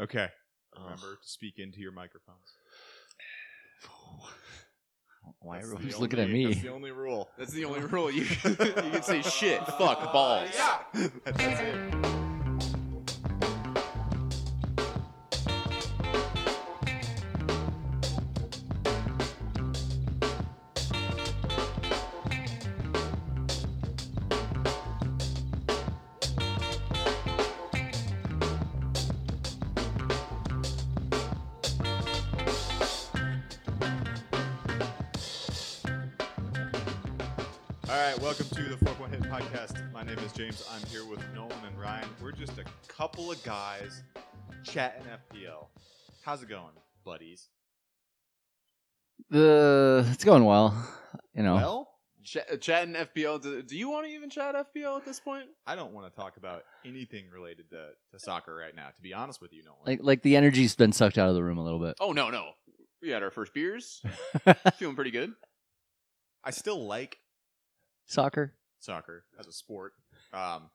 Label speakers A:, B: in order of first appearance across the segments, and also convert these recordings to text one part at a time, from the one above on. A: Okay.
B: Ugh.
A: Remember to speak into your microphones.
C: Why
A: That's the
C: everyone's looking at
A: only- That's
C: me?
A: the only rule.
B: That's the only rule. You can, you can say shit, fuck, balls.
A: That's it. All right, welcome to the Fork One Hit Podcast. My name is James. I'm here with Nolan and Ryan. We're just a couple of guys chatting FPL. How's it going, buddies?
C: The it's going well. You know,
A: Well,
B: Ch- chatting FPL. Do, do you want to even chat FPL at this point?
A: I don't want to talk about anything related to, to soccer right now. To be honest with you, Nolan.
C: like like the energy's been sucked out of the room a little bit.
B: Oh no, no. We had our first beers. Feeling pretty good.
A: I still like
C: Soccer.
A: soccer as a sport. Um,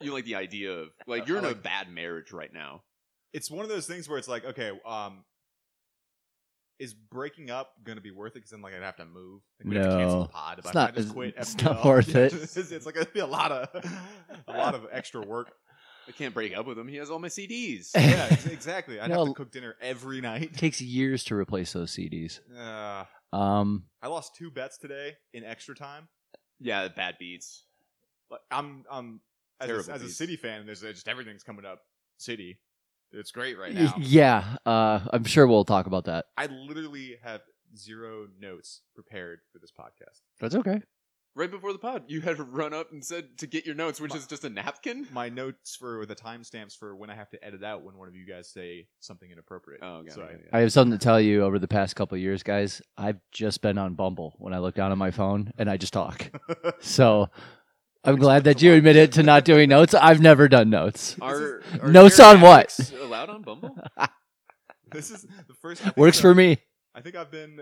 B: You like the idea of like
A: I-
B: you're
A: I
B: in a
A: like-
B: bad marriage right now.
A: it's one of those things where it's like, okay, um, is breaking up going to be worth it? Because then, like, I'd have to move. Like, we'd have to cancel
C: No.
A: the pod.
C: It's
A: If I,
C: not-
A: I just quit
C: it's
A: FPL.
C: not worth it.
A: it's, it's like it'd be a lot of a lot of extra work.
B: I can't break up with him. He has all my CDs.
A: Yeah, ex- exactly. I'd have
C: No.
A: to cook dinner every night.
C: It takes years to replace those CDs.
A: Uh,
C: Um,
A: I lost two bets today in extra time.
B: yeah, bad beats.
A: Like, I'm I'm as
B: Terrible
A: a, as a
B: beats.
A: city fan. There's there's just everything's coming up. City, it's great right now.
C: yeah, uh, I'm sure we'll talk about that.
A: I literally have zero notes prepared for this podcast.
C: That's okay.
B: Right before the pod, you had run up and said to get your notes, which is just a napkin.
A: my notes for the timestamps for when I have to edit out when one of you guys say something inappropriate.
B: Oh, god.
A: So I-
C: I have something to tell you. Over the past couple of years, guys, I've just been on Bumble. When I look down at my phone and I just talk. So I'm glad that you admitted to not doing notes. I've never done notes.
B: Are, are
C: Notes on what?
B: geriatrics Allowed on Bumble?
A: this is the first. I think
C: Works
A: I've-
C: for me.
A: I think I've been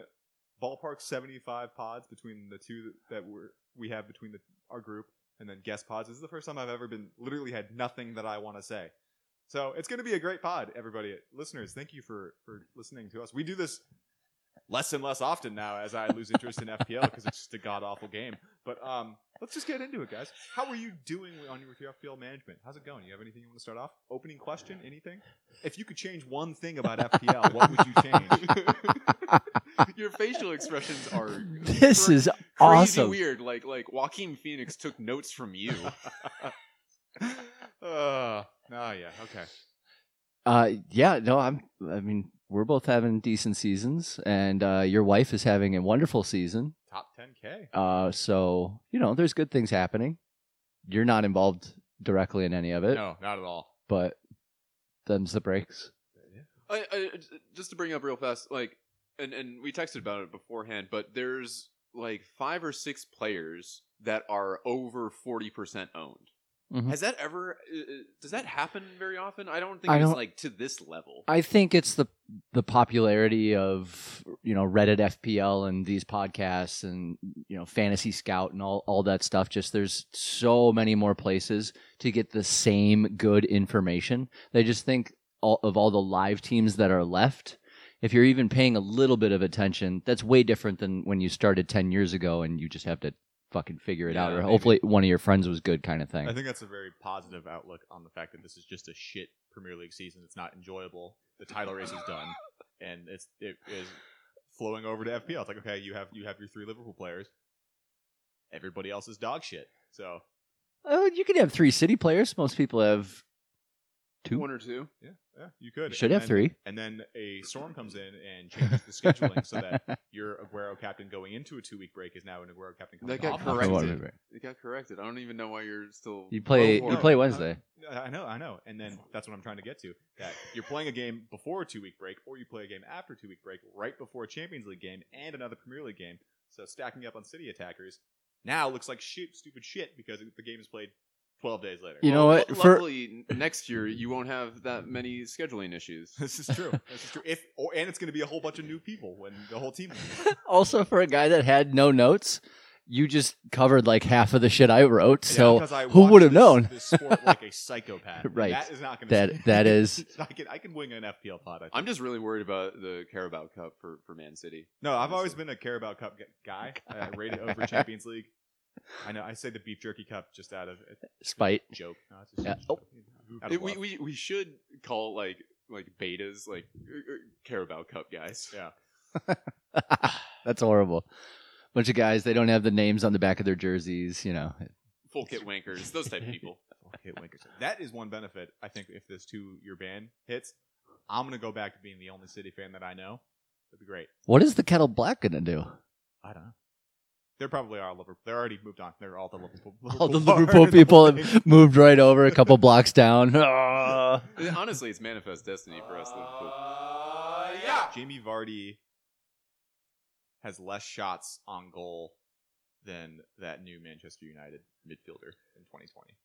A: ballpark seventy-five pods between the two that we're we have between the our group and then guest pods. This is the first time I've ever been literally had nothing that I want to say. So it's going to be a great pod, everybody, listeners. Thank you for for listening to us. We do this less and less often now as I lose interest in FPL because it's just a god awful game. But um, let's just get into it, guys. How are you doing on your, with your FPL management? How's it going? You have anything you want to start off? Opening question? Anything? If you could change one thing about FPL, what would you change?
B: Your facial expressions are
C: This
B: cra-
C: is
B: crazy
C: awesome.
B: weird. Like like Joaquin Phoenix took notes from you.
A: uh, oh yeah, okay.
C: Uh, yeah, no, I'm. I mean, we're both having decent seasons, and uh, your wife is having a wonderful season.
A: Top 10k.
C: Uh, so you know, there's good things happening. You're not involved directly in any of it,
A: No, not at all.
C: but them's the breaks.
B: I, I, just to bring up real fast, like, and and we texted about it beforehand, but there's like five or six players that are over forty percent owned.
C: Mhm.
B: Has that ever? Uh, uh, does that happen very often? I don't think
C: I
B: it's
C: don't-
B: like to this level.
C: I think it's the the popularity of you know Reddit FPL and these podcasts and you know Fantasy Scout and all all that stuff. Just there's so many more places to get the same good information. They just think all, of all the live teams that are left. If you're even paying a little bit of attention, that's way different than when you started ten years ago and you just have to fucking figure it out.
B: Yeah,
C: Or
B: maybe.
C: hopefully one of your friends was good, kind of thing.
A: I think that's a very positive outlook on the fact that this is just a shit Premier League season. It's not enjoyable. The title race is done, and it's it is flowing over to FPL. It's like okay, you have you have your three Liverpool players. Everybody else is dog shit. So
C: oh, you could have three city players. Most people have two.
B: One or two.
A: yeah, yeah you could
C: You should
A: And
C: have
A: then-
C: three.
A: And then a storm comes in and changes the scheduling so that your Aguero captain going into a two week break is now an Aguero captain. Coming
B: That got
A: off.
C: Oh,
B: corrected.
C: wait, wait, wait.
B: It got corrected. I don't even know why you're still.
C: You play.
B: Oh,
C: you
B: no.
C: play Wednesday.
A: Yeah, I know, I know. And then that's what I'm trying to get to. That you're playing a game before a two week break, or you play a game after a two week break, right before a Champions League game and another Premier League game. So stacking up on City attackers now looks like shit, stupid shit because the game is played 12 days later.
C: You know
B: Well,
C: what? For-
B: Luckily, next year you won't have that many scheduling issues.
A: this is true. This is true. If or, and it's going to be a whole bunch of new people when the whole team. leaves.
C: also, for a guy that had no notes, you just covered like half of the shit I wrote.
A: Yeah,
C: So
A: because I
C: who
A: watch
C: would have
A: this-
C: known?
D: This sport like a psychopath. and
C: Right.
D: That is not going to
C: that that is
D: I can I can wing an FPL pod. I think.
B: I'm just really worried about the Carabao Cup for, for Man City.
A: No, I've always
B: Honestly.
A: been a Carabao Cup g- guy. I rated over Champions League. I know. I say the beef jerky cup just out of it's
C: spite.
A: a joke. No, it's just
C: Yeah. Oh.
A: a joke. Out of
B: we,
A: love.
B: we we should call like like betas like er, er, Carabao Cup guys.
A: Yeah.
C: That's horrible. Bunch of guys they don't have the names on the back of their jerseys. You know,
B: Full kit wankers, those type of people.
A: Oh, hit Lakers. That is one benefit I think. If this two-year ban hits, I'm gonna go back to being the only City fan that I know. That'd be great.
C: what is the kettle black gonna do?
A: I don't know. There probably are Liverpool. They're already moved on. They're all the Liverpool.
C: All the
A: bar-
C: Liverpool people
A: thing.
C: have moved right over a couple blocks down. Ah.
B: Honestly, it's manifest destiny for us. Liverpool.
A: Jamie Vardy has less shots on goal than that new Manchester United midfielder in 2020.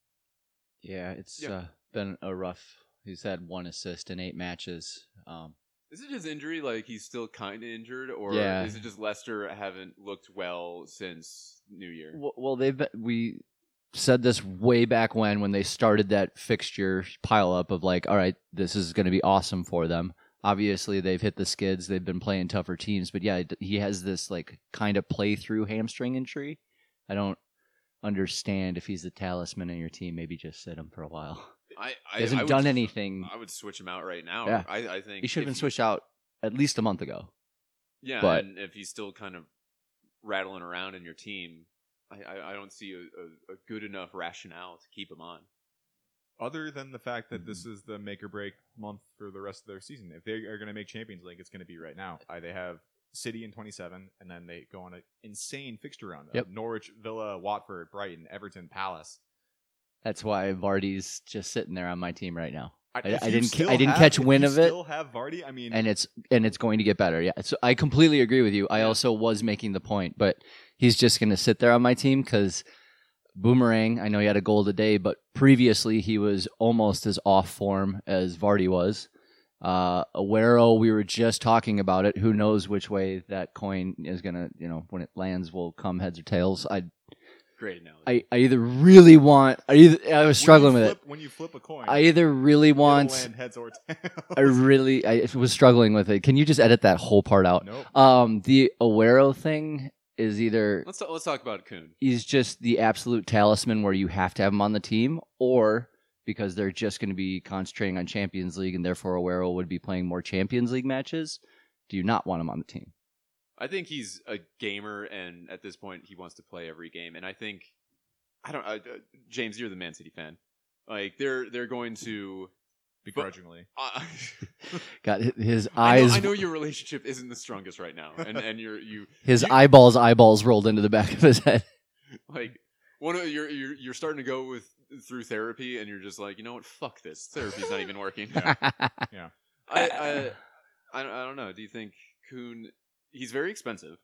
C: yeah, it's
B: Yeah.
C: Uh, been a rough. He's had one assist in eight matches. Um,
B: Is it his injury? Like he's still kind of injured, or
C: Yeah.
B: is it just Leicester haven't looked well since New Year?
C: Well, well, they've been, we said this way back when when they started that fixture pile up of like, all right, this is going to be awesome for them. Obviously, they've hit the skids. They've been playing tougher teams, but yeah, d- he has this like kind of play through hamstring injury. I don't understand if he's the talisman in your team. Maybe just sit him for a while.
B: I, I
C: He hasn't
B: I would-
C: done anything.
B: I would switch him out right now.
C: Yeah.
B: I, I think
C: He should have
B: if
C: been switched out at least a month ago.
B: Yeah,
C: but-
B: and if he's still kind of rattling around in your team, I, I, I don't see a, a, a good enough rationale to keep him on.
A: Other than the fact that
C: Mm-hmm.
A: this is the make or break month for the rest of their season, if they are going to make Champions League, it's going to be right now. I, they have City in 27, and then they go on an insane fixture run. of
C: Yep.
A: Norwich, Villa, Watford, Brighton, Everton, Palace.
C: That's why Vardy's just sitting there on my team right now. I
A: if you
C: didn't ca-
A: still
C: I didn't
A: have-
C: catch
A: if
C: wind
A: you
C: of it.
A: Still have Vardy. I mean,
C: and it's and it's going to get better. Yeah, so I completely agree with you. I
B: Yeah.
C: also was making the point, but he's just going to sit there on my team because Boomerang. I know he had a goal today, but previously he was almost as off form as Vardy was. Uh, Aguero, we were just talking about it. Who knows which way that coin is going to, you know, when it lands, will come heads or tails. I,
B: Great analogy.
C: I, I either really want, I, either, I was struggling
A: when
C: with
A: you
C: it.
A: flip, When you flip a coin,
C: I either really
A: it'll
C: want,
A: land heads or
C: I
A: tails.
C: really, I was struggling with it. Can you just edit that whole part out?
A: nope.
C: Um, the Aguero thing is either
B: let's talk, let's talk about Kuhn.
C: he's just the absolute talisman where you have to have him on the team, or because they're just going to be concentrating on Champions League and therefore Aguero would be playing more Champions League matches. Do you not want him on the team?
B: I think he's a gamer, and at this point, he wants to play every game. And I think, I don't, uh, James, you're the Man City fan. Like they're they're going to.
A: Begrudgingly,
B: Uh,
C: Got hi- his
B: I, know,
C: eyes,
B: I know your relationship isn't the strongest right now, and and you're you
C: his
B: you-
C: eyeballs, eyeballs rolled into the back of his head.
B: like one of you're you're you're starting to go with through therapy, and you're just like, you know what, fuck this. Therapy's not even working. I, I I don't, I don't know. Do you think Kuhn? He's very expensive,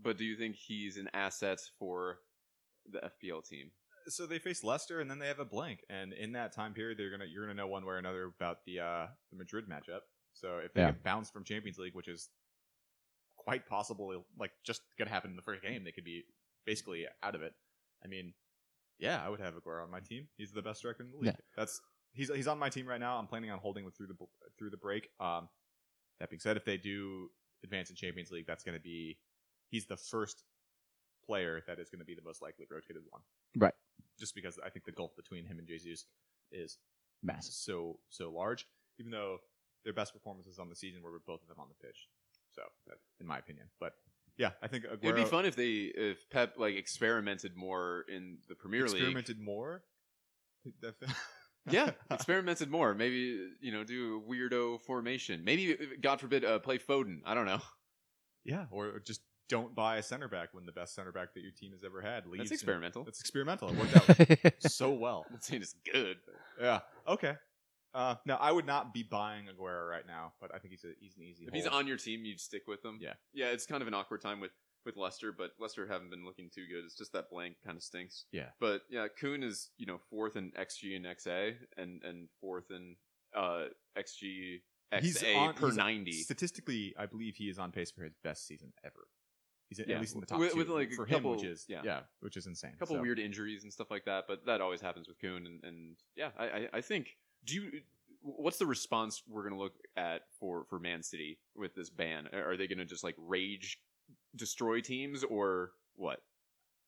B: but do you think he's an asset for the FPL team?
A: so they face Leicester, and then they have a blank. And in that time period, they're gonna you're gonna know one way or another about the uh, the Madrid matchup. So if they
C: Yeah.
A: get bounced from Champions League, which is quite possible, like just gonna happen in the first game, they could be basically out of it. I mean, yeah, I would have Aguero on my team. He's the best striker in the league.
C: Yeah.
A: That's he's he's on my team right now. I'm planning on holding him through the bl- through the break. Um, that being said, if they do advance in Champions League, that's gonna be he's the first player that is gonna be the most likely rotated one just because I think the gulf between him and Jesus is
C: Massive.
A: so so large. Even though their best performances on the season were with both of them on the pitch, so that- in my opinion. But yeah, I think Aguero
B: It'd be fun if they if Pep like experimented more in the Premier League.
A: experimented more. That-
B: Yeah, experimented more. Maybe you know do a weirdo formation. Maybe God forbid uh, play Foden. I don't know.
A: yeah, or just don't buy a center back when the best center back that your team has ever had leaves.
B: That's
A: and-
B: experimental.
A: That's experimental. It worked out so well.
B: I'm not saying it's good.
A: Yeah. Okay. Uh, now I would not be buying Aguero right now, but I think he's a, he's an easy.
B: If he's
A: hold.
B: on your team, you'd stick with him.
A: Yeah.
B: yeah. It's kind of an awkward time with with Leicester, but Leicester haven't been looking too good. It's just that blank kind of stinks.
A: Yeah.
B: but yeah, Kuhn is you know fourth in XG and XA, and and fourth in uh, XG XA
A: He's on-
B: per
A: he's-
B: ninety.
A: Statistically, I believe he is on pace for his best season ever. He's at
B: Yeah.
A: least in the top
B: With-
A: two
B: with, like, a
A: for
B: couple-
A: him, which is
B: yeah.
A: which is insane.
B: couple
A: So-
B: weird injuries and stuff like that, but that always happens with Kuhn. And, and yeah, I, I, I think. Do you? What's the response we're going to look at for for Man City with this ban? Are are they going to just like rage destroy teams or what?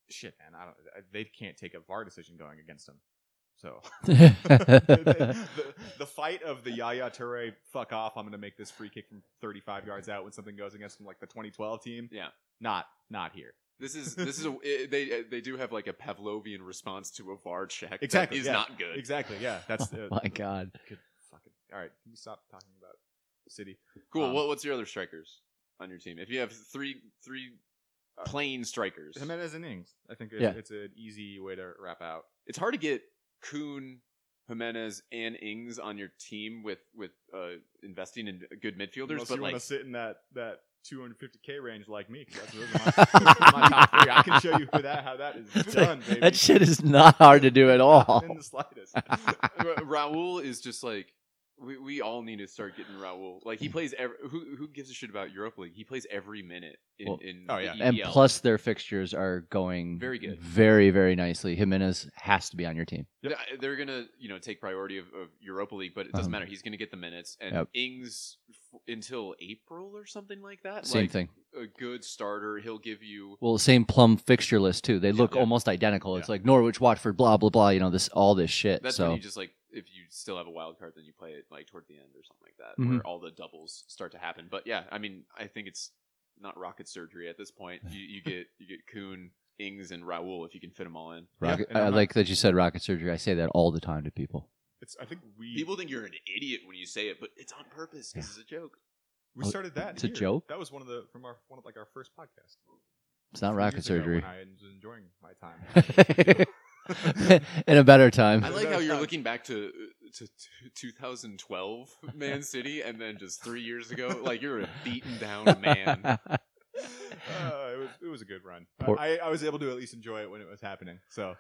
A: shit, man. I don't. I- They can't take a VAR decision going against him. So
C: yeah.
A: the, the fight of the Yaya Toure fuck off. I'm going to make this free kick from 35 yards out when something goes against like the 2012 team.
B: Yeah.
A: not not here.
B: This is this is a it- they uh, they do have like a Pavlovian response to a VAR check. that
A: Exactly,
B: is
A: yeah.
B: not good.
A: Exactly. Yeah, that's uh,
C: Oh My God.
A: Good fucking. All right, can we stop talking about City?
B: Cool.
A: Um,
B: what, what's your other strikers on your team? If you have three three uh, plain strikers,
A: Jimenez and Ings. I think it's,
C: Yeah.
A: it's an easy way to wrap out.
B: it's hard to get Kuhn, Jimenez, and Ings on your team with with uh, investing in good midfielders.
A: Unless
B: but
A: you
B: like,
A: want to sit in that that 250k range like me, 'cause that's those are my, those are my top three. I can show you who that how that is done, baby.
C: That shit is not hard to do at all.
A: in the slightest.
B: Ra- Raul is just like we, we all need to start getting Raul. Like he
A: Hmm.
B: plays every, who who gives a shit about Europa League? He plays every minute in,
C: Well,
B: in
A: oh,
B: the E
A: yeah.
C: and
B: EPL.
C: plus, their fixtures are going
B: Very good.
C: very, very nicely. Jimenez has to be on your team.
B: Th- They're gonna, you know, take priority of, of Europa League, but it doesn't
C: Um,
B: matter. He's gonna get the minutes, and
C: yep.
B: Ings f- until April or something like that.
C: Same
B: like,
C: thing.
B: A good starter. He'll give you.
C: Well, same plum fixture list too. They look
B: yeah.
C: almost identical. It's like Norwich, Watford, blah blah blah. You know this, all this shit.
B: That's when
C: so
B: you just like if you still have a wild card, then you play it like toward the end or something like that, where
C: Mhm.
B: all the doubles start to happen. But yeah, I mean, I think it's not rocket surgery at this point. You, you get you get Kuhn, Ings, and Raul if you can fit them all in.
C: rocket,
A: and I'm
C: I
A: not-
C: like that you said rocket surgery. I say that all the time to people.
A: It's, I think we
B: People think you're an idiot when you say it, but it's on purpose. This is a joke.
A: we started that.
C: Oh, It's a
A: here.
C: joke?
A: That was one of the from our one of like our first podcast.
C: It's not
A: Three
C: rocket
A: years ago
C: surgery.
A: When I was enjoying my time.
C: In a better time.
B: I
A: No,
B: like
A: no,
B: how
A: it's
B: you're
A: not.
B: looking back to uh, to t- 2012 Man City and then just three years ago. Like you're a beaten down man.
A: Uh, it was it was a good run.
C: Poor-
A: I, I was able to at least enjoy it when it was happening. So,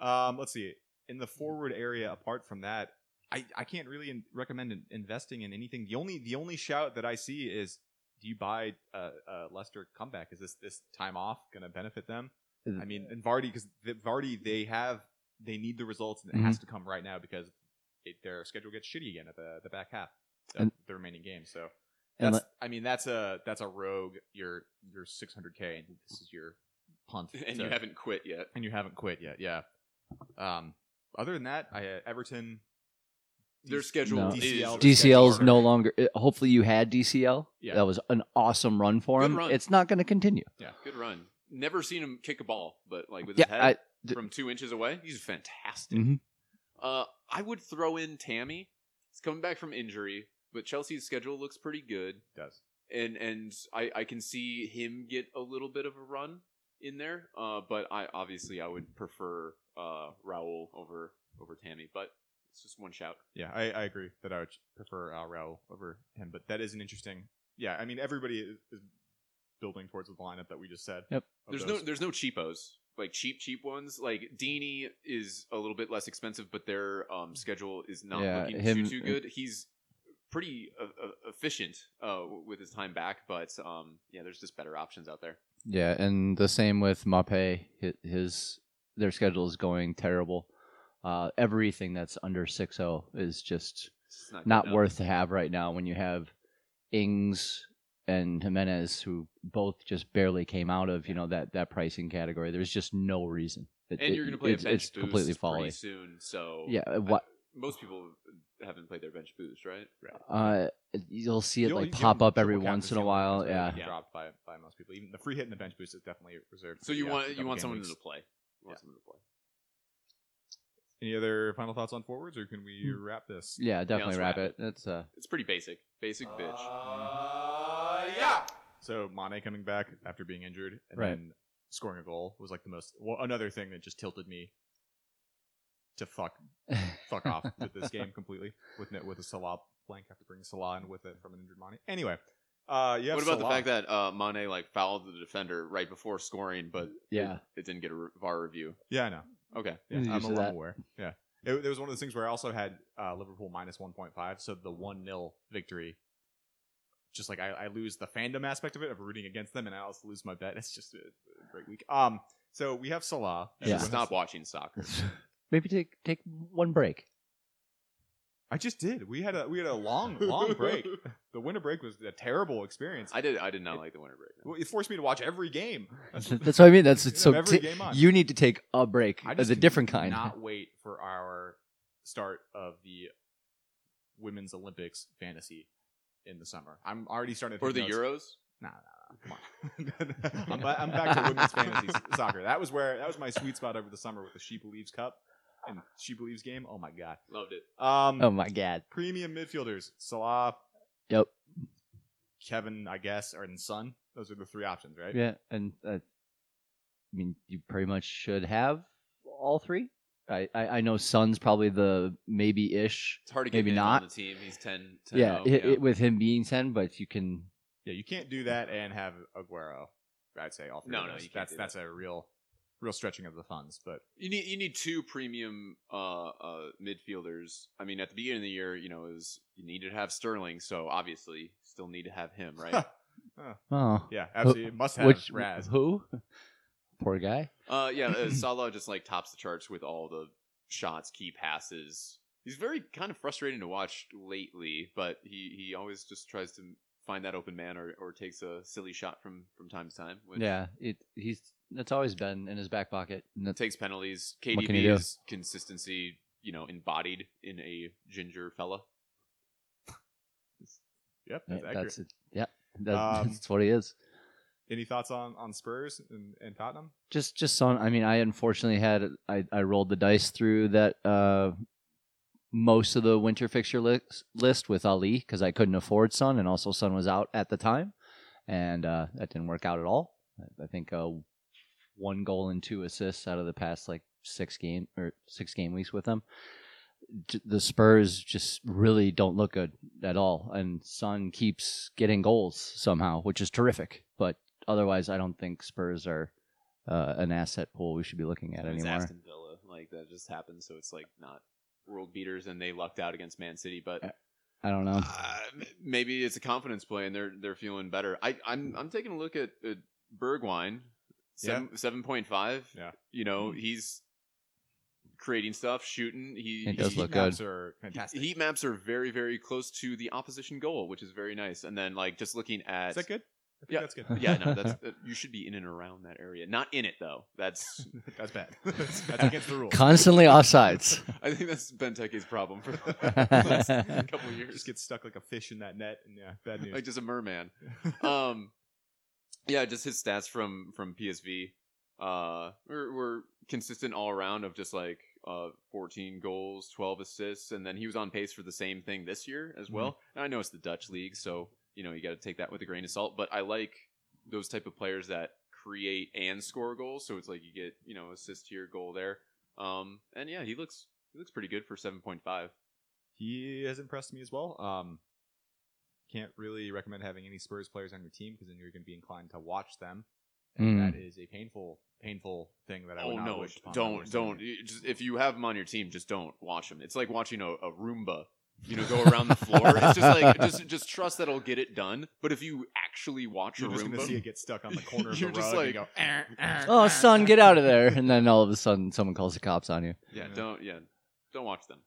A: um, let's see. In the forward area, apart from that, I, I can't really in- recommend in- investing in anything. The only the only shout that I see is, do you buy uh, uh, Lester comeback? Is this this time off going to benefit them? I mean, and Vardy because the, Vardy they have they need the results and it
C: Mhm.
A: has to come right now because it, their schedule gets shitty again at the, the back half of
C: And-
A: the remaining games. So
C: And
A: that's, I mean, that's a that's a rogue. Your your 600k, and this is your punt,
B: And
A: to-
B: you haven't quit yet.
A: and you haven't quit yet. Yeah. Um. Other than that, I uh, Everton.
B: Their
A: D-
B: schedule
C: No.
B: is
A: DCL.
C: DCL's
A: Schedule.
C: no longer. it- Hopefully, you had DCL.
A: Yeah.
C: That was an awesome run for
B: Good
C: him.
B: run.
C: It's not going to continue.
B: Good run. Never seen him kick a ball, but like with
C: Yeah,
B: his
C: I,
B: head from two inches away, he's fantastic.
C: mhm.
B: Uh, I would throw in Tammy. He's coming back from injury, but Chelsea's schedule looks pretty good,
A: does.
B: and and I, I can see him get a little bit of a run in there. Uh, but I obviously I would prefer uh Raul over over Tammy, but it's just one shout.
A: Yeah, I, I agree that I would prefer uh, Raul over him, but that is an interesting. Yeah, I mean everybody is, is building towards the lineup that we just said.
C: Yep.
A: Of
B: There's no
A: those.
B: there's no cheapos like cheap cheap ones like Deeney is a little bit less expensive, but their um, schedule is not
C: Yeah,
B: looking
C: him-
B: too too good. He's pretty uh, uh, efficient uh, with his time back, but um, yeah, there's just better options out there.
C: Yeah, and the same with Mape. Hi- His their schedule is going terrible. Uh, everything that's under 6-0 is just
B: It's just not good
C: not
B: enough.
C: worth to have right now when you have Ings and Jimenez who both just barely came out of, you know, that that pricing category. There's just no reason. It-
B: And
C: it-
B: you're gonna play
C: it's,
B: a bench
C: it's
B: boost
C: completely
B: pretty
C: folly.
B: soon, so
C: Yeah,
B: I-
C: what
B: most people haven't played their bench boost, right?
C: uh you'll see it
A: You'll-
C: like
A: you give
C: pop
A: him
C: up every
A: triple caps
C: once
A: is
C: in
A: the
C: a
A: only one
C: while.
A: that's
C: Yeah.
A: really dropped by, by most people. Even the free hit and the bench boost is definitely reserved.
B: So
A: for
B: you
A: the, uh,
B: want
A: the
B: you
A: double-game
B: want someone
A: weeks.
B: to play. You want someone to play.
A: Any other final thoughts on forwards, or can we wrap this?
C: Yeah, definitely
B: let's
C: wrap
B: wrap
C: it. That's uh
B: It's pretty basic, basic bitch.
A: So Mane coming back after being injured and
C: Right.
A: then scoring a goal was like the most. Well, another thing that just tilted me to fuck fuck off with this game completely with net- with a Salah blank after bringing Salah in with it from an injured Mane. Anyway, uh, yeah.
B: What about the fact that uh, Mane like fouled the defender right before scoring, but
C: Yeah.
B: it, it didn't get a re- VAR review?
A: yeah, I know.
B: Okay,
A: Yeah,
C: He's
A: I'm,
C: used to
A: I'm
C: that.
A: aware. Yeah. It, it was one of those things where I also had uh, Liverpool minus 1.5, so the 1 0 victory just like I, I lose the fandom aspect of it of rooting against them, and I also lose my bet. It's just a, a great week. Um, so we have Salah.
C: Yeah.
B: Just Stop watching soccer.
C: Maybe take take one break.
A: I just did. We had a we had a long long break. The winter break was a terrible experience.
B: I did. I did not like the winter break. no.
A: Well, it forced me to watch every game.
C: That's, what I mean. That's
A: You have
C: so.
A: every
C: ta-
A: game on.
C: you need to take a break.
A: I
C: That's
A: just
C: a different
A: could
C: kind.
A: Not wait for our start of the women's Olympics fantasy in the summer. I'm already starting to
B: Or the
A: think those-
B: Euros.
A: Nah, nah, nah, come on. I'm, ba- I'm back to women's fantasy s- soccer. That was where that was my sweet spot over the summer with the She Believes Cup and She Believes game. Oh my god.
B: Loved it.
A: Um,
C: oh my god.
A: premium midfielders: Salah,
C: Yep.
A: Kevin, I guess, or and Son. Those are the three options, right?
C: Yeah, and uh, I mean, you pretty much should have all three. I I, I know Sun's probably the maybe ish.
B: It's hard to get
C: Maybe
B: him
C: not.
B: on the team. He's 10, 10
C: Yeah,
B: oh,
C: it, it- with him being ten, but you can.
A: Yeah, you can't do that and have Aguero. I'd say all three.
B: No,
A: of
B: no,
A: those.
B: you can't
A: that's
B: do
A: that's a real, real stretching of the funds. But
B: You need you need two premium uh, uh, midfielders. I mean, at the beginning of the year, you know, it was you needed to have Sterling, so obviously still need to have him, right?
C: Oh,
A: yeah, absolutely, must have
C: which
A: Raz.
C: who? Poor guy.
B: uh, yeah, uh, Salah just like tops the charts with all the shots, key passes. He's very kind of frustrating to watch lately, but he, he always just tries to find that open man or, or takes a silly shot from from time to time. Which
C: Yeah, it he's that's always been in his back pocket. And that's,
B: takes penalties.
C: What can you
B: KDB's consistency, you know, embodied in a ginger fella.
A: Yep, that's accurate.
C: that's it. Yeah, that,
A: Um,
C: that's what he is.
A: Any thoughts on on Spurs and, and Tottenham?
C: just just son i mean i unfortunately had i, I rolled the dice through that uh most of the winter fixture list, list with ali because i couldn't afford son and also son was out at the time and uh that didn't work out at all i, I think uh one goal and two assists out of the past like six game or six game weeks with them J- the spurs just really don't look good at all and son keeps getting goals somehow which is terrific but otherwise i don't think spurs are uh, an asset pool we should be looking at
B: I mean, it's
C: anymore.
B: Aston Villa, like that just happened, so it's like not world beaters, and they lucked out against Man City. But
C: Uh, I don't know.
B: uh, m- maybe it's a confidence play, and they're they're feeling better. I, I'm I'm taking a look at, at Bergwijn, seven seven point five.
A: Yeah.
B: you know he's creating stuff, shooting. He
C: It does
B: he-
C: look
A: Heat maps
C: good.
A: Are fantastic.
B: Heat maps are very, very close to the opposition goal, which is very nice. And then, like, just looking at
A: Is that good? I think
B: Yeah.
A: that's good.
B: yeah, no, that's uh, you should be in and around that area, not in it though. That's
A: That's bad. That's, that's against the rules.
C: Constantly offsides.
B: I think that's Benteke's problem for the last couple years.
A: just gets stuck like a fish in that net, and yeah, bad news.
B: like just a merman. um, yeah, just his stats from from PSV uh, were, were consistent all around of just like uh, 14 goals, 12 assists, and then he was on pace for the same thing this year as well. And I know it's the Dutch league, so you know you got to take that with a grain of salt. But I like those type of players that create and score goals, so it's like you get you know assist here, goal there. Um, and yeah, he looks he looks pretty good for 7.5.
A: he has impressed me as well. Um, can't really recommend having any Spurs players on your team because then you're going to be inclined to watch them, and
C: Mm.
A: that is a painful, painful thing that I would
B: Oh
A: not
B: no!
A: wish upon my
B: Don't
A: worst
B: don't.
A: enemy.
B: You just- if you have them on your team, just don't watch them. It's like watching a, a Roomba, you know, go around the floor. It's just like just just trust that it'll get it done. But if you actually watch
A: You're
B: a
A: just going to
B: Roomba,
A: see it get stuck on the corner of
B: You're
A: the
B: just
A: rug and
B: like-
A: go. "Eh, eh,
C: Oh,
A: eh."
C: son, get out of there! And then all of a sudden, someone calls the cops on you.
B: yeah,
A: Yeah.
B: don't yeah, don't watch them.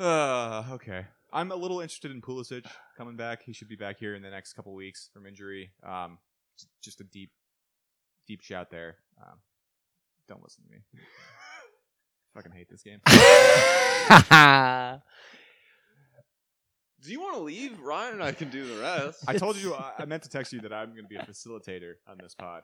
A: Uh, okay. I'm a little interested in Pulisic coming back. He should be back here in the next couple weeks from injury. Um, j- just a deep, deep shout there. Um, don't listen to me. Fucking hate this game.
B: Do you want to leave, Ryan? I can do the rest.
A: I told you I, I meant to text you that I'm going to be a facilitator on this pod.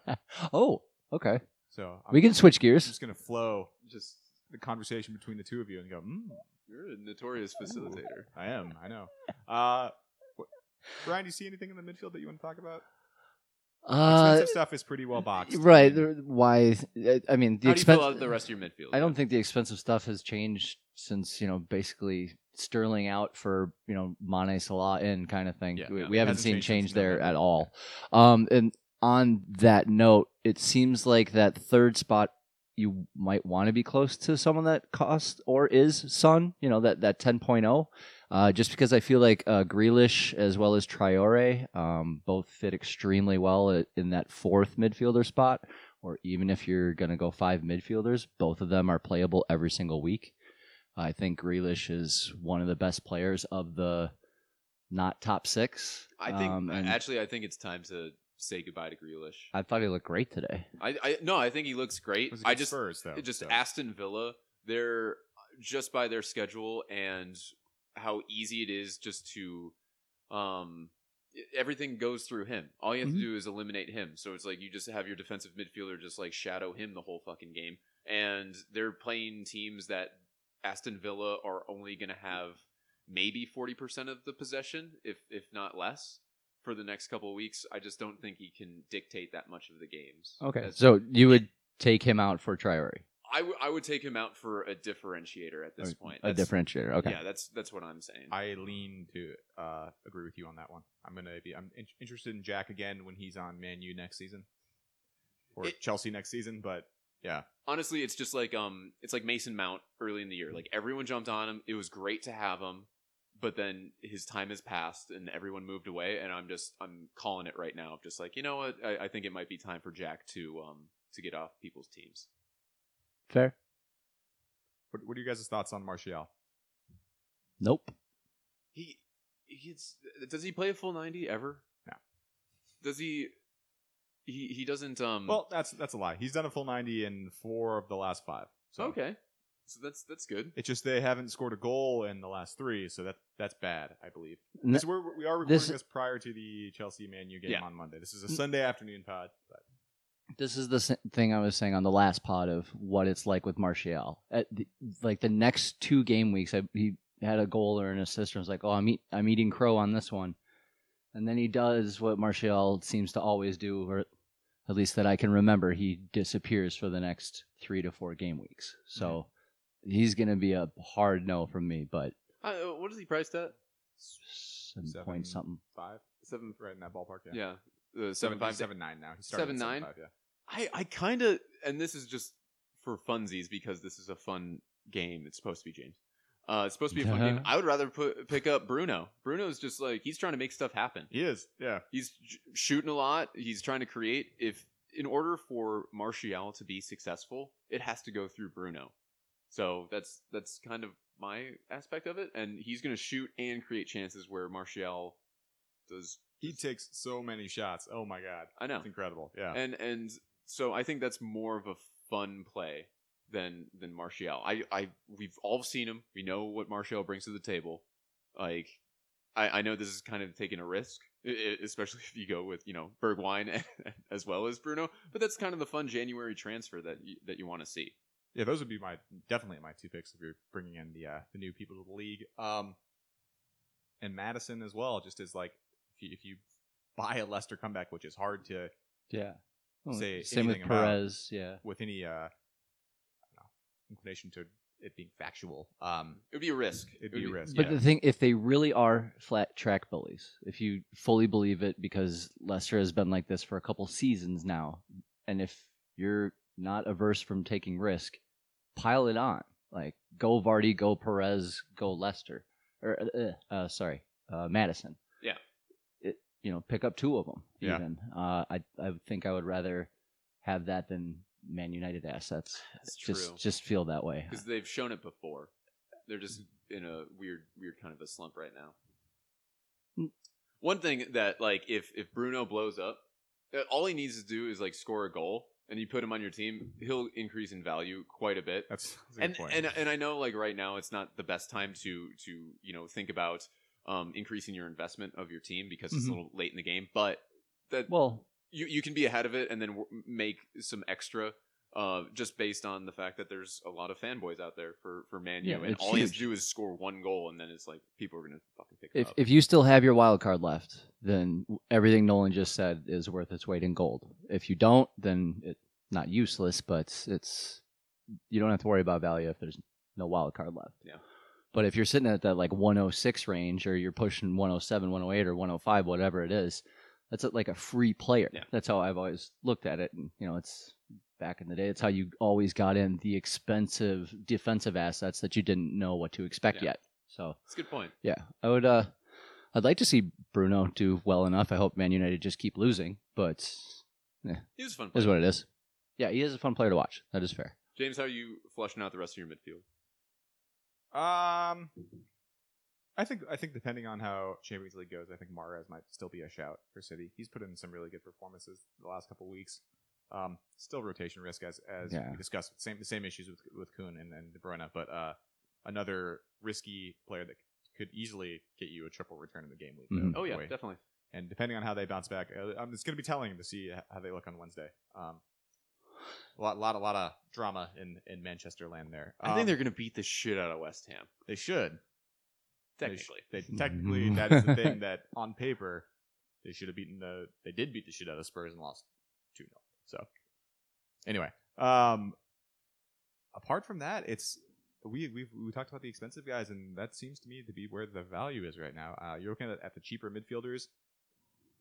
C: oh, okay.
A: So I'm,
C: We can switch
A: I'm
C: gears.
A: just going to flow just the conversation between the two of you and go. Mm,
B: You're a notorious facilitator.
A: I am. I know. Uh, wh- Brian, do you see anything in the midfield that you want to talk about?
C: Uh,
A: Expensive stuff is pretty well boxed.
C: right. there- Why? I mean, the
B: How do you
C: expense.
B: feel out the rest of your midfield?
C: I don't think the expensive stuff has changed since you know basically Sterling out for you know Mane Salah in kind of thing.
B: Yeah,
C: we,
B: yeah.
C: we haven't
A: Hasn't
C: seen
A: changed
C: change
A: since
C: there
A: November.
C: at all. Um, and on that note, it seems like that third spot you might want to be close to someone that cost or is Sun, you know, that, that 10.0. Uh, just because I feel like uh, Grealish as well as Traore um, both fit extremely well i- in that fourth midfielder spot, or even if you're going to go five midfielders, both of them are playable every single week. I think Grealish is one of the best players of the not top six.
B: I think
C: Um, and
B: actually, I think it's time to say goodbye to Grealish.
C: I thought he looked great today.
B: I, I no, I think he looks great.
A: was
B: I
A: against
B: just
A: Spurs though.
B: just
A: so.
B: Aston Villa, they're uh, just by their schedule and how easy it is just to um everything goes through him. All you have
A: Mm-hmm.
C: Mhm.
B: to do is eliminate him. So it's like you just have your defensive midfielder just like shadow him the whole fucking game. And they're playing teams that Aston Villa are only going to have maybe 40% of the possession if if not less for the next couple of weeks. I just don't think he can dictate that much of the games. That's-
C: So you would take him out for Traore,
B: I, w- I would take him out for a differentiator at this
C: Uh,
B: point.
C: a
B: That's-
C: differentiator. Okay.
B: Yeah, that's that's what I'm saying.
A: I lean to uh, agree with you on that one. I'm gonna be. I'm in- interested in Jack again when he's on Man U next season, or
B: It-
A: Chelsea next season. But
B: Honestly, it's just like um, it's like Mason Mount early in the year. Like everyone jumped on him. It was great to have him, but then his time has passed and everyone moved away. And I'm just I'm calling it right now. I'm just like you know what? I, I think it might be time for Jack to um to get off people's teams.
C: Fair.
A: what, what are you guys' thoughts on Martial?
C: Nope.
B: He he's does he play a full ninety ever?
A: No.
B: Does he? He he doesn't um.
A: Well, that's that's a lie. He's done a full 90 in four of the last five. So
B: okay. So that's that's good.
A: It's just they haven't scored a goal in the last three, so that that's bad, I believe.
C: N-
A: This, we're, we are recording
C: this-
A: this, prior to the Chelsea Man U game
B: Yeah.
A: on Monday. This is a
C: N-
A: Sunday afternoon pod. But
C: This is the s- thing I was saying on the last pod of what it's like with Martial. At the, like the next two game weeks, I, he had a goal or an assist, and was like, "Oh, I'm eat, I'm eating crow on this one," and then he does what Martial seems to always do, or at least that I can remember. He disappears for the next three to four game weeks. So he's gonna be a hard no from me, but
B: Uh, what is he priced at?
C: some
A: Seven.
C: point something.
A: five,
B: Seven.
A: right in that ballpark. Yeah,
B: Yeah. Uh, seven five
A: seven nine now. He started
B: Seven
A: at
B: nine?
A: five, yeah.
B: I I kind of and this is just for funsies because this is a fun game. It's supposed to be James. Uh, it's supposed to be a fun game. I would rather put, pick up Bruno. Bruno's just like he's trying to make stuff happen.
A: He is. Yeah.
B: He's j- shooting a lot. He's trying to create. If in order for Martial to be successful, it has to go through Bruno. So that's that's kind of my aspect of it. And he's going to shoot and create chances where Martial does.
A: He takes so many shots. Oh my god,
B: I know.
A: it's incredible. Yeah,
B: and and so I think that's more of a fun play than than Martial. I I we've all seen him. We know what Martial brings to the table. Like I I know this is kind of taking a risk, e- e- especially if you go with you know Bergwijn as well as Bruno. But that's kind of the fun January transfer that you, that you want to see.
A: yeah. Those would be my definitely my two picks if you're bringing in the uh, the new people to the league. Um, and Madison as well. Just as like if you, if you buy a Leicester comeback, which is hard to
C: Yeah.
A: Say
C: same with
A: anything about-
C: Perez. Yeah.
A: with any uh, I don't know, inclination to it being factual. Um,
B: It would be a risk.
A: It'd
B: It would
A: be a risk.
C: But
A: yeah.
C: the thing, if they really are flat track bullies, if you fully believe it, because Leicester has been like this for a couple seasons now, and if you're not averse from taking risk, pile it on. Like go Vardy, go Perez, go Leicester, or uh, uh, sorry, uh, Madison.
B: Yeah.
C: It, you know, pick up two of them.
A: Yeah.
C: Even uh, I, I think I would rather have that than Man United assets.
B: That's true.
C: Just, just feel that way.
B: because they've shown it before. They're just
A: Mm-hmm.
B: in a weird, weird kind of a slump right now.
C: Mm.
B: One thing that, like, if if Bruno blows up, uh, all he needs to do is like score a goal, and you put him on your team, he'll increase in value quite a bit.
A: that's, that's a good
B: And
A: point.
B: and and I know, like, right now it's not the best time to to you know think about um increasing your investment of your team because it's
A: Mm-hmm.
C: Mhm.
B: a little late in the game, but that
C: Well,
B: you you can be ahead of it and then w- make some extra uh, just based on the fact that there's a lot of fanboys out there for for Man U,
C: Yeah,
B: and
C: it's
B: all he has to
C: huge.
B: do is score one goal, and then it's like people are gonna fucking pick him
C: if
B: up.
C: if you still have your wild card left, then everything Nolan just said is worth its weight in gold. If you don't, then it not useless, but it's you don't have to worry about value if there's no wild card left.
B: Yeah.
C: But if you're sitting at that like 106 range or you're pushing 107, 108 or 105 whatever it is, that's like a free player.
B: Yeah.
C: That's how I've always looked at it and you know, it's back in the day. It's how you always got in the expensive defensive assets that you didn't know what to expect
B: Yeah.
C: yet. So
B: That's a good point.
C: yeah, I would. uh I'd like to see Bruno do well enough. I hope Man United just keep losing, but
B: He was a fun.
C: it is
B: Player.
C: what it is. Yeah, he is a fun player to watch. That is fair.
B: James, how are you flushing out the rest of your midfield?
A: Um, I think I think depending on how Champions League goes, I think Mares might still be a shout for City. He's put in some really good performances the last couple weeks. Um, still rotation risk as as
C: Yeah.
A: we discussed. Same the same issues with with Kuhn and, and De Bruyne, but uh, another risky player that could easily get you a triple return in the game week. though,
C: Mhm.
B: Oh yeah,
A: way.
B: definitely.
A: and depending on how they bounce back, uh, um, it's going to be telling to see h- how they look on Wednesday. Um, a lot, lot, a lot of drama in in Manchester land there.
B: I think
A: Um,
B: they're gonna beat the shit out of West Ham.
A: they should. They sh-
B: Technically,
A: they, technically that is the thing that on paper they should have beaten the they did beat the shit out of Spurs and lost 2-0. So anyway, um apart from that, it's we we we talked about the expensive guys and that seems to me to be where the value is right now. Uh, you're looking at, at the cheaper midfielders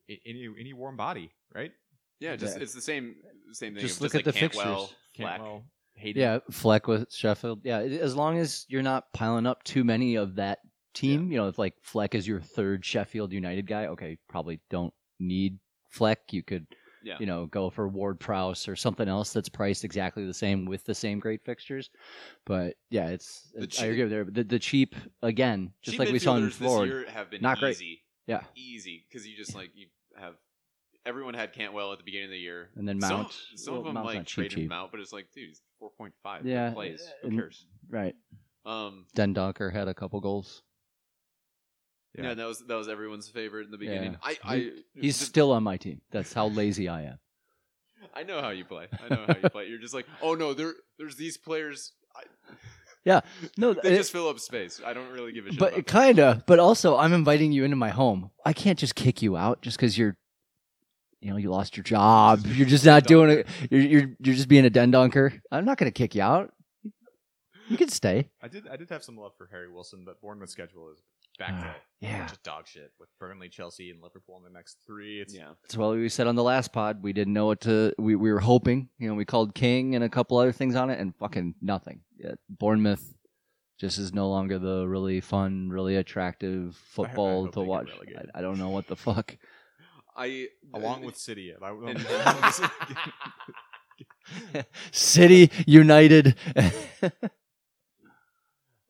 A: A- any any warm body, right?
B: yeah. Just
C: Yeah.
B: it's the same same thing.
C: Just
B: of
C: look
B: just
C: at
B: like
C: the
B: Cantwell,
C: fixtures.
B: Flack.
A: Cantwell, Hayden.
C: Yeah, Fleck with Sheffield. Yeah, it- as long as you're not piling up too many of that team, you know, if like Fleck is your third Sheffield United guy, okay, probably don't need Fleck. You could,
B: Yeah.
C: you know, go for Ward Prowse or something else that's priced exactly the same with the same great fixtures. But yeah, it's,
B: The
C: I
B: cheap-
C: agree with there. The, the cheap again, just
B: Cheap
C: like we saw
B: midfielders
C: in
B: this
C: Florida.
B: year have been
C: Not great.
B: easy.
C: Yeah.
B: easy because you just like you have everyone had Cantwell at the beginning of the year,
C: And then Mount.
B: Some, some
C: Well,
B: of them
C: Mount's
B: like
C: not cheap,
B: traded
C: cheap.
B: him out, but it's like, dude, he's four point five.
C: Yeah,
B: plays. Who
C: and-
B: cares?
C: Right.
B: Um,
C: Den Donker had a couple goals.
A: Yeah.
B: yeah. that was that was everyone's favorite in the beginning.
C: Yeah.
B: I, I
C: He's
B: the-
C: still on my team. That's how lazy I am.
B: I know how you play. I know how you play. You're just like, oh no, there there's these players. I,
C: Yeah, no,
B: that
C: it-
B: just fill up space. I don't really give a shit.
C: But
B: about that.
C: kind of. But also, I'm inviting you into my home. I can't just kick you out just because you're, you know, you lost your job. You're just not doing it. You're you're, you're just being a den donker. I'm not going to kick you out. You can stay.
A: I did I did have some love for Harry Wilson, but Bournemouth schedule is back to
C: Yeah.
A: just dog shit with Burnley, Chelsea, and Liverpool in the next three. It's
B: yeah,
C: That's what we said on the last pod. We didn't know what to. We, we were hoping. You know, we called King and a couple other things on it, and fucking nothing. Yeah, Bournemouth just is no longer the really fun, really attractive
A: I
C: football
A: hope
C: to
A: they get
C: watch.
A: relegated.
C: I, I don't know what the fuck.
B: I uh,
A: along with um, City. If I,
C: City United.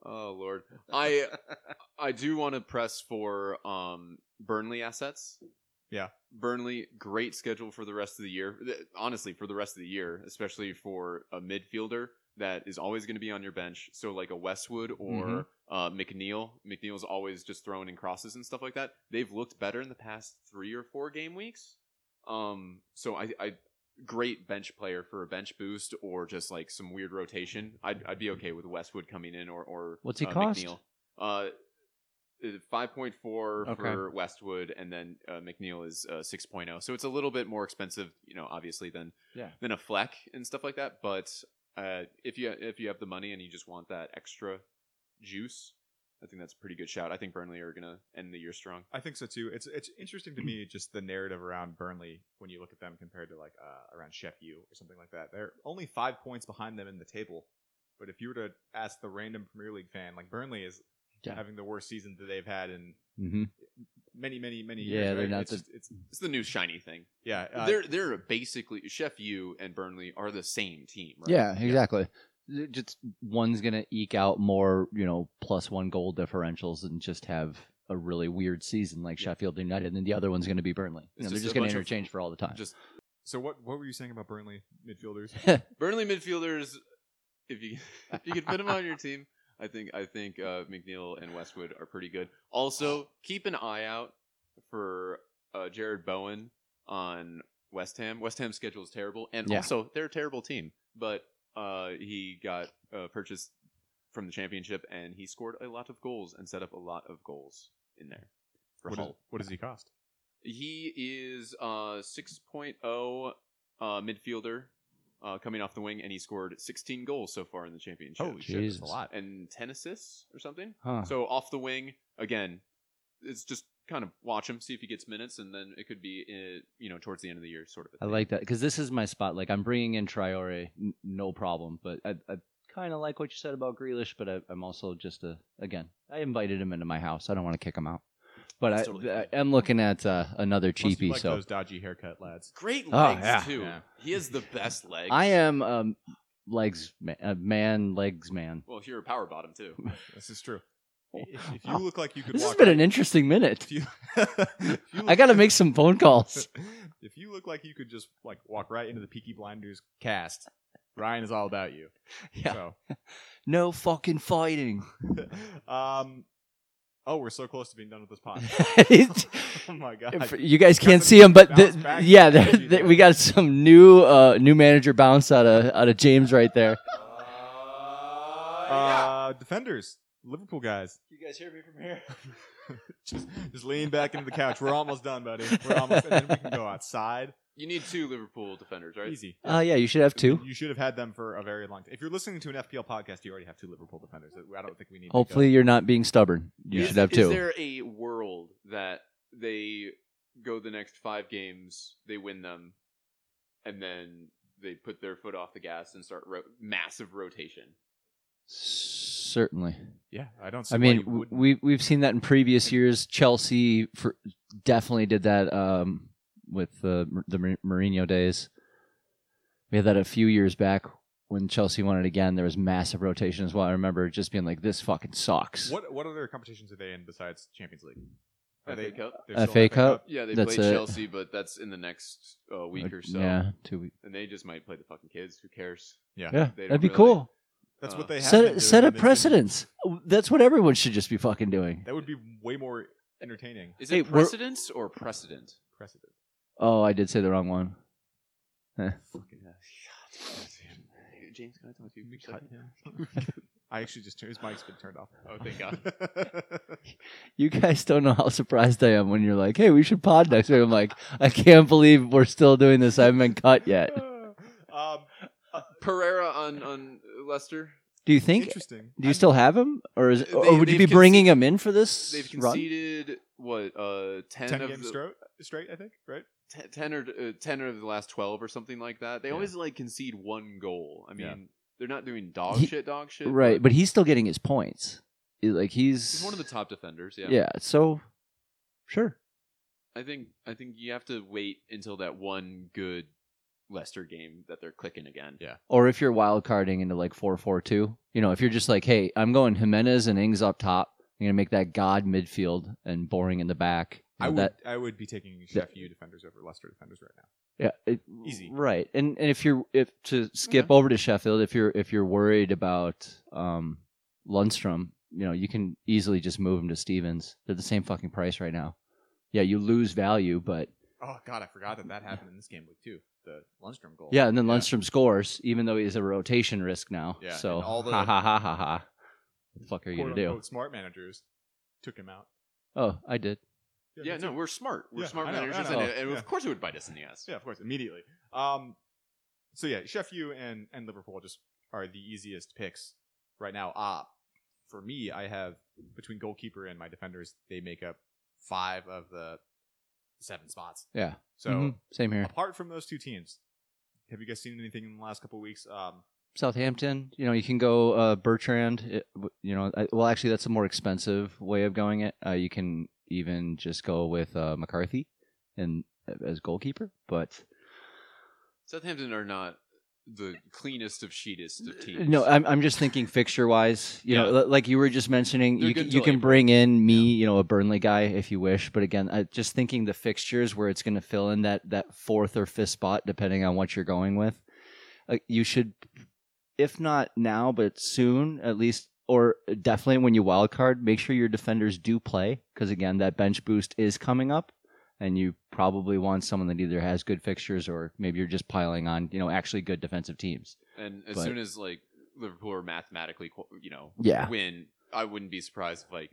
B: oh lord, I I do want to press for um Burnley assets.
A: Yeah.
B: Burnley great schedule for the rest of the year. Th- Honestly, for the rest of the year, especially for a midfielder that is always going to be on your bench. So like a Westwood or
C: Mhm.
B: uh, McNeil. McNeil's always just throwing in crosses and stuff like that. They've looked better in the past three or four game weeks. Um, so I, I great bench player for a bench boost or just like some weird rotation. I'd, I'd be okay with Westwood coming in or or
C: What's he
B: uh,
C: cost?
B: McNeil. Uh, five point four
C: Okay.
B: for Westwood, and then uh, McNeil is uh, six So it's a little bit more expensive, you know, obviously than
C: Yeah.
B: than a Fleck and stuff like that. But uh, if you if you have the money and you just want that extra juice, I think that's a pretty good shout. I think Burnley are gonna end the year strong.
A: I think so too. It's it's interesting to me just the narrative around Burnley when you look at them compared to like uh, around Chef U or something like that. They're only five points behind them in the table, but if you were to ask the random Premier League fan, like Burnley is
C: Yeah.
A: having the worst season that they've had in
C: mm-hmm.
A: many many many
C: Yeah,
A: years.
C: they're
A: right?
C: not
A: It's,
C: the-
A: just- it's
B: It's the new shiny thing.
A: yeah. Uh,
B: they're they're basically Chef U and Burnley are the same team. Right?
C: Yeah, exactly. Just one's gonna eke out more, you know, plus one goal differentials and just have a really weird season like Sheffield United, and then the other one's gonna be Burnley. You
B: It's
C: know,
B: just
C: they're just
B: a
C: gonna
B: bunch of-
C: interchange for all the time.
B: Just
A: so what what were you saying about Burnley midfielders?
B: Burnley midfielders. If you if you could put them on your team, I think I think uh, McNeil and Westwood are pretty good. Also, keep an eye out for uh, Jared Bowen on West Ham. West Ham's schedule is terrible, and
C: Yeah.
B: also they're a terrible team. But uh, he got uh, purchased from the championship, and he scored a lot of goals and set up a lot of goals in there. For
A: what, is,
B: Hull.
A: what does he cost?
B: He is uh 6.0 uh midfielder uh coming off the wing and he scored 16 goals so far in the championship
A: Holy shit, that's
C: Jesus.
A: a lot.
B: and 10 assists or something.
C: Huh.
B: So off the wing again it's just kind of watch him, see if he gets minutes, and then it could be uh, you know towards the end of the year sort of. A
C: I
B: thing.
C: like that because this is my spot. Like I'm bringing in Triore, n- no problem. But I, I kind of like what you said about Grealish, but I, I'm also just a again. I invited him into my house. I don't want to kick him out. But I,
D: That's totally
C: I
D: fine.
C: am looking at uh, another
D: Must be
C: cheapie.
D: like
C: so
D: those dodgy haircut lads.
B: Great
C: Oh,
B: legs
C: yeah.
B: too.
D: Yeah.
B: He has the best legs.
C: I am um, legs ma- a man, legs man.
B: Well, if you're a power bottom too.
A: This is true. If, if you look like you could
C: This has
A: walk,
C: been an interesting minute.
A: if you, if you
C: I got to make some phone calls.
A: if you look like you could just like walk right into the Peaky Blinders cast, Ryan is all about you.
C: Yeah.
A: So,
C: No fucking fighting.
A: um, oh, we're so close to being done with this pod. oh my
C: If-
A: god!
C: you guys can't
A: Doesn't
C: see him, but
A: bounce
C: the-
A: back.
C: yeah, there- there- we got some new uh, new manager bounce out of out of James right there.
A: Uh, defenders, Liverpool guys,
B: You guys hear me from here?
A: just just lean back into the couch. We're almost done, buddy. We're almost, and then we can go outside.
B: You need two Liverpool defenders, right?
A: Easy.
C: Oh yeah, you should have two.
A: You should have had them for a very long time. If you're listening to an FPL podcast, you already have two Liverpool defenders. I don't think we need. to go.
C: Hopefully, you're not being stubborn. You
A: Yeah.
C: should have
B: is, Is
C: two.
B: there a world that they go the next five games, they win them, and then they put their foot off the gas and start ro- massive rotation?
C: Certainly.
A: yeah, I don't. See
C: I
A: why
C: mean,
A: you
C: w-
A: wouldn't.
C: we we've seen that in previous years. Chelsea for, definitely did that um, with uh, Mou- the Mou- Mourinho days. We had that a few years back when Chelsea won it again. There was massive rotation as well. I remember just being like, "This fucking sucks."
A: What what other competitions are they in besides Champions League? Are
B: FA
A: they
B: Cup?
A: they're still
C: FA
A: in
C: Cup?
B: Yeah, they
C: That's
B: play
C: it.
B: Chelsea, but that's in the next uh, week or so.
C: Yeah, two weeks.
B: And they just might play the fucking kids. Who cares?
A: Yeah,
C: Yeah,
B: they
C: that'd
B: don't
C: be
B: really-
C: cool.
A: that's
B: Uh,
A: what they have been
C: Set
A: doing,
C: set a
A: and it's been-
C: precedence. That's what everyone should just be fucking doing.
A: That would be way more entertaining
B: Is
C: Hey,
B: it
C: we're-
B: precedence or precedent?
A: precedent.
C: Oh, I did say the wrong one.
B: Fucking James, can I talk to you? for a second?
A: I actually just turned his mic's been turned off.
B: Oh, thank God.
C: You guys don't know how surprised I am when you're like, "Hey, we should pod next week." I'm like, "I can't believe we're still doing this. I haven't been cut yet."
A: um,
B: Pereira on on Leicester.
C: Do you think?
A: interesting.
C: Do you still have him, or is,
B: They-
C: or would you be
B: they've
C: bringing
B: conceded-
C: him in for this
B: They've
C: run?
B: conceded what uh ten,
A: Ten
B: of
A: games
B: the,
A: straight, straight, I think. Right?
B: te- ten or uh, ten of the last twelve or something like that. They
A: Yeah.
B: always like concede one goal. I mean,
A: Yeah.
B: they're not doing dog
C: He-
B: shit, dog shit.
C: Right, but he's still getting his points. He- Like he's,
B: he's one of the top defenders. Yeah.
C: yeah. So sure,
B: I think I think you have to wait until that one good Leicester game that they're clicking again.
A: Yeah.
C: or if you're wild carding into like four four two, you know, if you're just like, hey, I'm going Jimenez and Ings up top. I'm gonna make that god midfield and boring in the back.
A: I
C: You know,
A: would
C: that
A: I would be taking Chef U defenders over Leicester defenders right now.
C: Yeah, it,
A: Easy.
C: Right, and and if you're if to skip over to Sheffield, if you're if you're worried about um, Lundstrom, you know you can easily just move him to Stevens. They're the same fucking price right now. Yeah, you lose value, but
A: Oh God, I forgot that that happened in this game week too. The Lundstrom goal.
C: yeah, and then Lundstrom scores, even though he's a rotation risk now.
A: Yeah,
C: so
A: and all the-
C: ha ha ha ha ha. What the fuck are you gonna do?
A: Quote-unquote Smart managers took him out.
C: Oh, I did.
B: Yeah,
A: that's
B: no,
A: it.
B: we're smart. We're
A: Yeah,
B: smart
A: I know, I
B: managers,
A: know.
B: and, and
A: Yeah.
B: of course it would bite us in the ass.
A: Yeah, of course, immediately. Um, so yeah, Chef U and and Liverpool just are the easiest picks right now. Ah, for me, I have between goalkeeper and my defenders, they make up five of the seven spots.
C: Yeah.
A: So
C: Mhm. same here.
A: apart from those two teams, have you guys seen anything in the last couple of weeks? Um,
C: Southampton, you know, you can go uh, Bertrand. It, w- you know, I, well, actually, that's a more expensive way of going it. Uh, you can even just go with uh, McCarthy and uh, as goalkeeper, but
B: Southampton are not the cleanest of sheetest of teams.
C: no, I'm, I'm just thinking fixture wise. You know,
B: Yeah.
C: li- like you were just mentioning,
B: They're
C: you
B: good
C: can, you
B: till
C: can
B: April.
C: bring in me, you know, a Burnley guy if you wish. But again, I, just thinking the fixtures where it's going to fill in that that fourth or fifth spot, depending on what you're going with. Uh, you should, if not now, but soon at least, or definitely when you wild card, make sure your defenders do play because again, that bench boost is coming up. And you probably want someone that either has good fixtures or maybe you're just piling on, you know, actually good defensive teams.
B: and as
C: but-
B: soon as like Liverpool are mathematically, qu- you know,
C: Yeah.
B: win, I wouldn't be surprised if like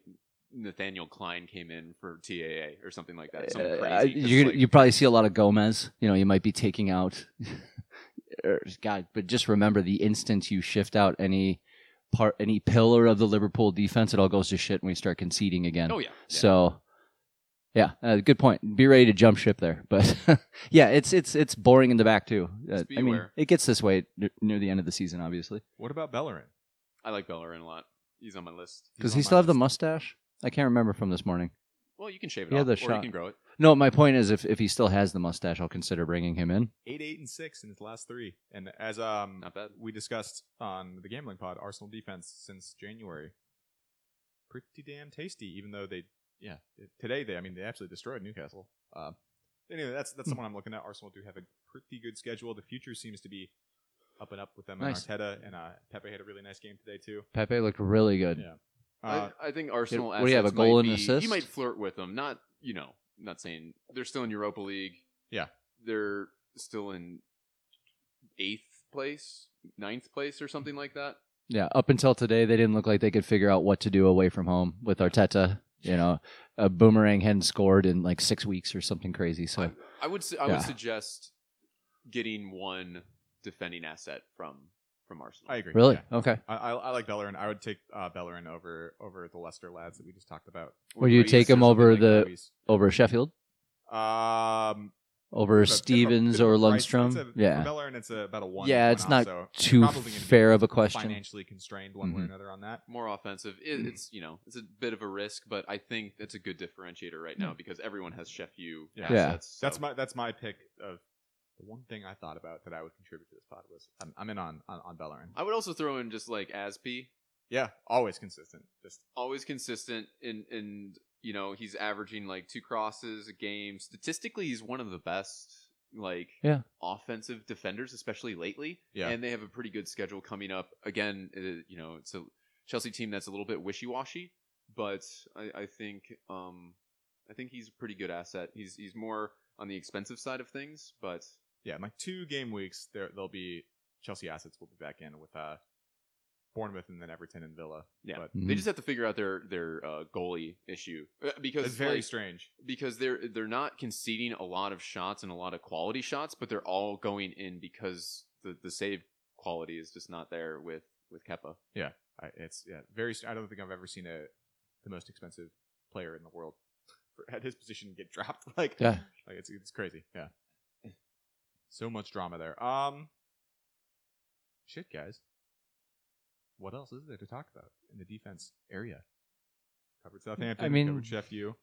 B: Nathaniel Klein came in for TAA or something like that. Something
C: Uh,
B: crazy.
C: I-
B: 'cause,
C: you
B: like,
C: you probably see a lot of Gomez. You know, you might be taking out. or, God, but just remember the instant you shift out any part, any pillar of the Liverpool defense, it all goes to shit, and we start conceding again.
B: oh yeah, yeah.
C: So Yeah, uh, good point. Be ready to jump ship there, but yeah, it's it's it's boring in the back too. Uh,
B: Just be
C: I mean,
B: aware.
C: it gets this way n- near the end of the season, obviously,
A: What about Bellerin?
B: I like Bellerin a lot. He's on my list.
C: because
A: on
C: he
A: my
C: still have the
A: list.
C: mustache. I can't remember from this morning.
B: Well, you can shave it
C: Yeah,
B: off,
C: the
B: or you
C: shot.
B: can grow it.
C: No, my point is, if if he still has the mustache, I'll consider bringing him in.
A: Eight, eight, and six in his last three. And as um
B: Not bad.
A: we discussed on the gambling pod, Arsenal defense since January, pretty damn tasty. Even though they, yeah, today they, I mean, they absolutely destroyed Newcastle. Uh, anyway, that's that's someone I'm looking at. Arsenal do have a pretty good schedule. The future seems to be up and up with them
C: Nice.
A: and Arteta. And uh, Pepe had a really nice game today too.
C: Pepe looked really good.
A: Yeah. Uh,
B: I, I think Arsenal.
C: what do you have, a
B: assets
C: goal
B: might
C: and an
B: be-
C: assist?
B: You might flirt with them. Not you know. Not saying they're still in Europa League.
A: Yeah.
B: they're still in eighth place, ninth place, or something like that.
C: Yeah, up until today, they didn't look like they could figure out what to do away from home with Arteta. You know, a boomerang hadn't scored in like six weeks or something crazy. So
B: I would. su- I
C: Yeah.
B: would suggest getting one defending asset from from Arsenal.
A: I agree.
C: really,
A: yeah.
C: okay.
A: I, I, I like Bellerin. I would take uh, Bellerin over over the Leicester lads that we just talked about.
C: Would you
B: Reese
C: take
B: or
C: him
B: something
C: over
B: like
C: the-
B: that. Reese.
C: Over Sheffield,
A: Um,
C: over
A: if a- if a-
C: Stevens
A: if a
C: or
A: price-
C: Lundstrom.
A: it's a- For
C: yeah,
A: Bellerin, it's a, about a one.
C: Yeah,
A: one
C: it's
A: off,
C: not
A: so
C: too
A: probably gonna be
C: fair of a question.
A: Financially constrained, one way or
C: Mhm.
A: another, on that.
B: more offensive? It,
C: Mm-hmm.
B: it's you know it's a bit of a risk, but I think that's a good differentiator right now because everyone has Chef U
A: Yeah.
C: Mm. Yeah.
B: assets. so-
A: That's my that's my pick of the one thing I thought about that I would contribute to this pod was I'm, I'm in on, on on Bellerin.
B: I would also throw in just like Aspi,
A: Yeah, always consistent. Just
B: always consistent, and and you know he's averaging like two crosses a game. Statistically, he's one of the best like
C: Yeah.
B: offensive defenders, especially lately.
A: Yeah.
B: and they have a pretty good schedule coming up. Again, uh, you know it's a Chelsea team that's a little bit wishy washy, but I, I think um I think he's a pretty good asset. He's he's more on the expensive side of things, but
A: yeah, my two game weeks there they'll be Chelsea assets will be back in with uh Bournemouth and then Everton and Villa.
B: Yeah.
A: but
B: they
C: Mhm.
B: just have to figure out their their uh, goalie issue Uh, because
A: it's very
B: like,
A: strange.
B: because they're they're not conceding a lot of shots and a lot of quality shots, but they're all going in because the the save quality is just not there with with Keppa.
A: I, it's yeah, very. str- I don't think I've ever seen a the most expensive player in the world for, at his position get dropped. Like
C: Yeah.
A: like it's it's crazy. Yeah, so much drama there. Um, shit, guys. What else is there to talk about in the defense area? Covered Southampton.
C: I mean-
A: covered Sheffield.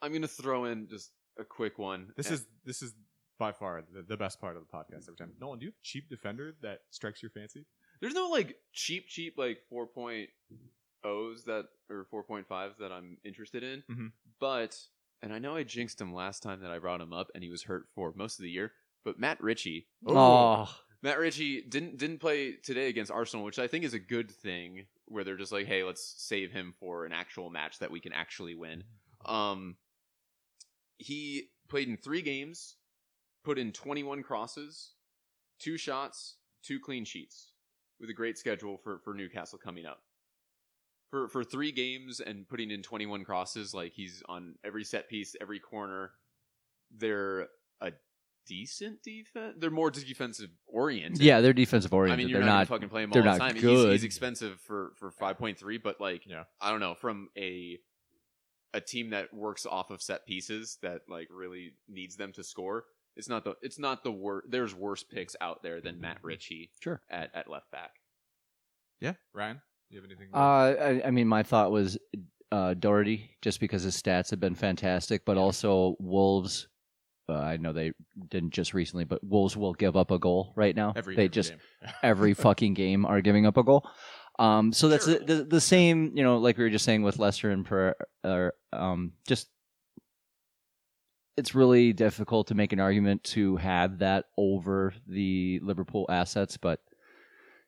B: I'm gonna throw in just a quick one.
A: This
B: Uh,
A: is this is by far the, the best part of the podcast every time. Nolan, do you have a cheap defender that strikes your fancy?
B: there's no like cheap cheap like 4.0s that or 4.5s that I'm interested in,
A: Mhm.
B: but and I know I jinxed him last time that I brought him up and he was hurt for most of the year, but Matt Ritchie.
C: Oh,
B: Matt Ritchie didn't didn't play today against Arsenal, which I think is a good thing. Where they're just like, hey, let's save him for an actual match that we can actually win. Um, he played in three games, put in 21 crosses, two shots, two clean sheets, with a great schedule for for Newcastle coming up. For for three games and putting in 21 crosses, like he's on every set piece, every corner. They're a decent defense. They're more defensive oriented.
C: yeah, they're defensive
B: I
C: oriented.
B: mean, you're
C: they're
B: not, gonna
C: not.
B: fucking playing him
C: they're
B: all the
C: not
B: time. He's- He's,
C: good.
B: expensive for for 5.3, but like,
A: Yeah.
B: I don't know, from a a team that works off of set pieces that like really needs them to score. It's not the it's not the worst. There's worse picks out there than Matt
A: Mm-hmm.
B: Ritchie
C: Sure.
B: at, at left back.
A: Yeah, Ryan. Do you have anything?
C: Uh, I, I mean, my thought was uh, Doherty, just because his stats have been fantastic, but also Wolves. Uh, I know they didn't just recently, but Wolves will give up a goal right now.
A: every
C: they
A: every
C: just
A: game.
C: every fucking game are giving up a goal. Um, so that's
B: Sure.
C: the, the the same, you know, like we were just saying with Lester and Per, or um, just it's really difficult to make an argument to have that over the Liverpool assets, but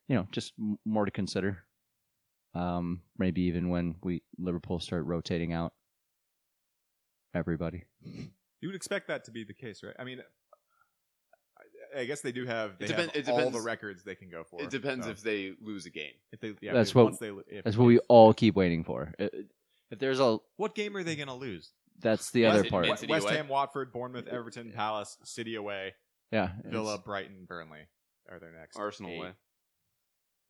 C: you know, just m- more to consider. Um, maybe even when we Liverpool start rotating out everybody.
A: You would expect that to be the case, right? I mean, I- I guess they do have. They
B: It depen-
A: have
B: it
A: all
B: depends-
A: the records they can go for.
B: It depends
A: so
B: if they lose a game.
A: if they. Yeah,
C: That's
A: if-
C: what-
A: once they, if,
C: That's what we all keep waiting for. Uh, If there's a,
A: What game are they going to lose?
C: that's the
B: Yes,
C: other
B: it-
C: part.
B: Man
A: West,
B: City away.
A: Ham, Watford, Bournemouth, Everton, Palace, City away,
C: Yeah,
A: Villa,
C: it's-
A: Brighton, Burnley are their next.
B: Arsenal
A: eight.
B: way.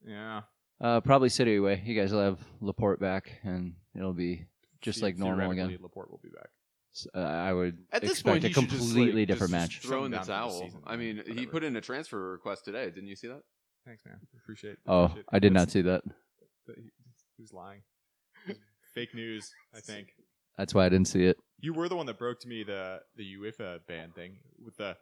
A: Yeah,
C: Uh, probably City away. You guys will have Laporte back, and it'll be just
A: The-
C: like normal
A: theoretically,
C: again.
A: Laporte will be back.
C: So, uh, I would
B: At this
C: expect
B: point,
C: a
B: he should just,
C: completely
B: like, just-
C: different match.
B: just Throw in the
A: Shut him down for the
B: towel.
A: season,
B: I mean, he
A: whatever.
B: put in a transfer request today. Didn't you see that?
A: Thanks, man. Appreciate.
C: Oh,
A: appreciate
C: I did not
A: That's-
C: see that.
A: that He, he was lying. It was Fake news. I think
C: That's why I didn't see it.
A: you were the one that broke to me the the UEFA ban thing with the.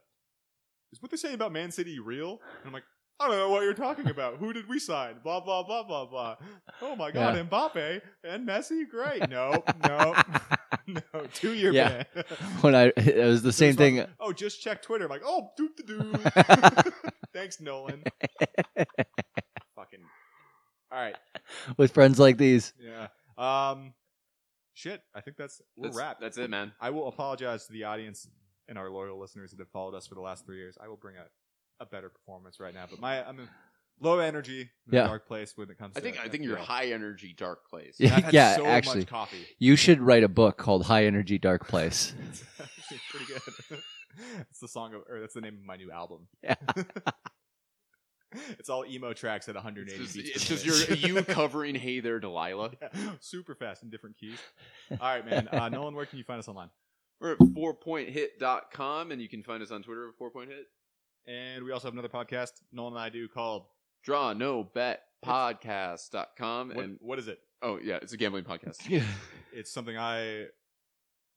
A: Is what they're saying about Man City real? And I'm like, I don't know what you're talking about. Who did we sign? Blah blah blah blah blah. Oh my God,
C: Yeah.
A: Mbappe and Messi, great. No, no, no. Two year
C: Yeah.
A: ban.
C: When I it was the same thing.
A: Oh, just check Twitter. I'm like, oh, doo doo doo. Thanks, Nolan. Fucking. All right.
C: with friends like these.
A: Yeah. Um. Shit. I think that's we're
B: That's,
A: wrapped.
B: That's it, man.
A: I will apologize to the audience and our loyal listeners that have followed us for the last three years. I will bring a, a better performance right now, but my I'm in low energy, in
C: Yeah.
A: a dark place when it comes.
B: I
A: to
B: think I think you're
A: FPL.
B: high energy, dark place.
C: Yeah.
A: I've had so
C: actually.
A: much coffee.
C: You should write a book called High Energy Dark Place.
A: It's actually pretty good. It's the song of, or that's the name of my new album.
C: Yeah.
A: it's all emo tracks at 180
B: It's just,
A: beats.
B: it's
A: per
B: just
A: minute.
B: your, you covering "Hey There, Delilah."
A: Yeah, super fast in different keys. All right, man. Uh, Nolan, where can you find us online?
B: We're at fourpointhit.com, and you can find us on Twitter at fourpointhit.
A: And we also have another podcast Nolan and I do called
B: Draw no bet podcast.com.
A: what,
B: Um, And
A: what is it?
B: oh, yeah, it's a gambling podcast.
A: It's something I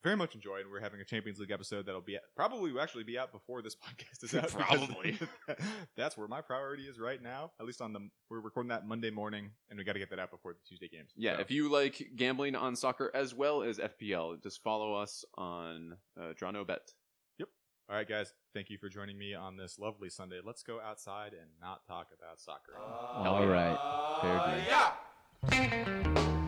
A: very much enjoy, and we're having a Champions League episode that'll be probably will actually be out before this podcast is out. because
B: Probably.
A: that's where my priority is right now. At least on the we're recording that Monday morning, and we got to get that out before the Tuesday games.
B: Yeah,
A: So,
B: if you like gambling on soccer as well as FPL, just follow us on uh, Draw No Bet.
A: all right, guys, thank you for joining me on this lovely Sunday. Let's go outside and not talk about soccer.
C: All right. Fair game.
D: Yeah.